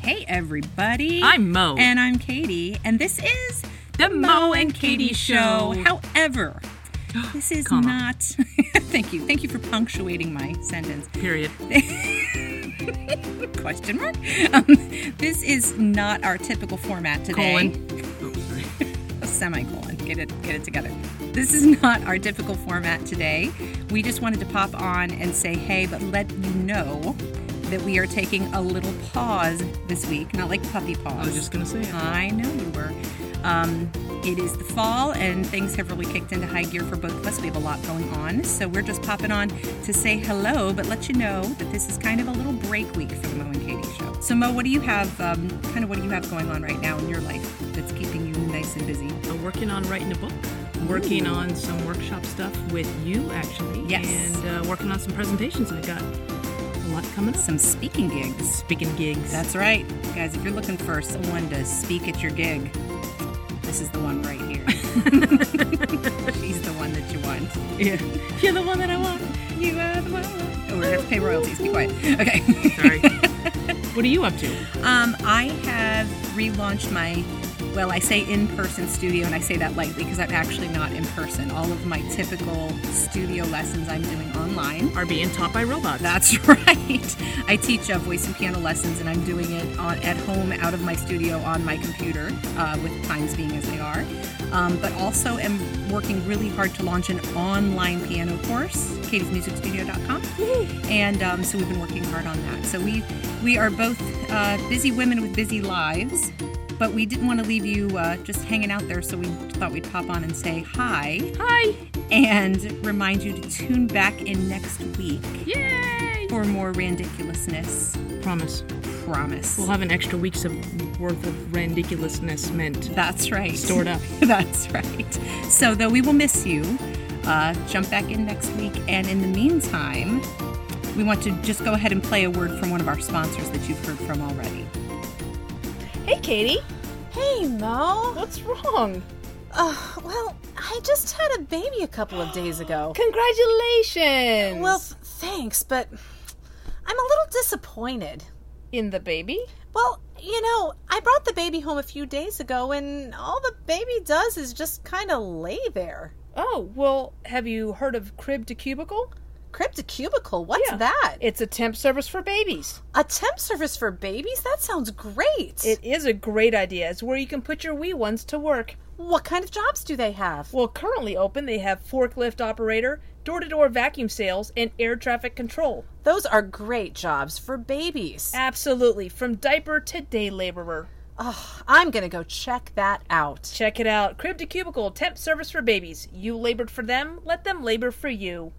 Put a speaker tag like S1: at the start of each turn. S1: Hey, everybody.
S2: I'm Mo.
S1: And I'm Katie. And this is
S2: The Mo and Katie Show.
S1: However, this is
S2: Comma.
S1: not. Thank you. Thank you for punctuating my sentence.
S2: Period.
S1: Question mark. Um, this is not our typical format today.
S2: Colon. Oops, sorry.
S1: a semicolon. Get it, get it together. This is not our typical format today. We just wanted to pop on and say hey, but let you know that we are taking a little pause this week. Not like puppy pause.
S2: I was just gonna say it.
S1: I know you were. Um, it is the fall, and things have really kicked into high gear for both of us. We have a lot going on, so we're just popping on to say hello, but let you know that this is kind of a little break week for the Mo and Katie show. So, Mo, what do you have? Um, kind of what do you have going on right now in your life that's keeping you nice and busy?
S2: I'm working on writing a book. Working
S1: Ooh.
S2: on some workshop stuff with you, actually.
S1: Yes.
S2: And uh, working on some presentations. I got a lot coming up.
S1: Some speaking gigs.
S2: Speaking gigs.
S1: That's right, guys. If you're looking for someone to speak at your gig, this is the one right here. She's the one that you want.
S2: yeah. You're the one that I want. You are the one.
S1: Oh, we're gonna have to pay royalties. Be quiet. Okay.
S2: Sorry. what are you up to?
S1: Um, I have relaunched my, well, I say in person studio, and I say that lightly because I'm actually not in person. All of my typical studio lessons I'm doing online.
S2: Are being taught by robots.
S1: That's right. I teach uh, voice and piano lessons, and I'm doing it on, at home out of my studio on my computer, uh, with times being as they are. Um, but also, am working really hard to launch an online piano course, katiesmusicstudio.com, and um, so we've been working hard on that. So we we are both uh, busy women with busy lives. But we didn't want to leave you uh, just hanging out there, so we thought we'd pop on and say hi
S2: Hi.
S1: and remind you to tune back in next week
S2: Yay.
S1: for more randiculousness.
S2: Promise.
S1: Promise.
S2: We'll have an extra week's of worth of ridiculousness meant
S1: That's right.
S2: stored up.
S1: That's right. So, though we will miss you, uh, jump back in next week. And in the meantime, we want to just go ahead and play a word from one of our sponsors that you've heard from already.
S3: Hey, Katie.
S4: Hey, Mo.
S3: What's wrong?
S4: Uh, well, I just had a baby a couple of days ago.
S3: Congratulations.
S4: Well, th- thanks, but I'm a little disappointed.
S3: in the baby?
S4: Well, you know, I brought the baby home a few days ago, and all the baby does is just kind of lay there.
S3: Oh, well, have you heard of Crib to Cubicle?
S4: Crypto cubicle, what's
S3: Yeah.
S4: that?
S3: It's a temp service for babies.
S4: A temp service for babies? That sounds great.
S3: It is a great idea. It's where you can put your wee ones to work.
S4: what kind of jobs do they have?
S3: Well, currently open, they have forklift operator, door to door vacuum sales, and air traffic control.
S4: Those are great jobs for babies.
S3: Absolutely, from diaper to day laborer.
S4: Ugh, I'm gonna go check that out.
S3: Check it out Crib to Cubicle, temp service for babies. You labored for them, let them labor for you.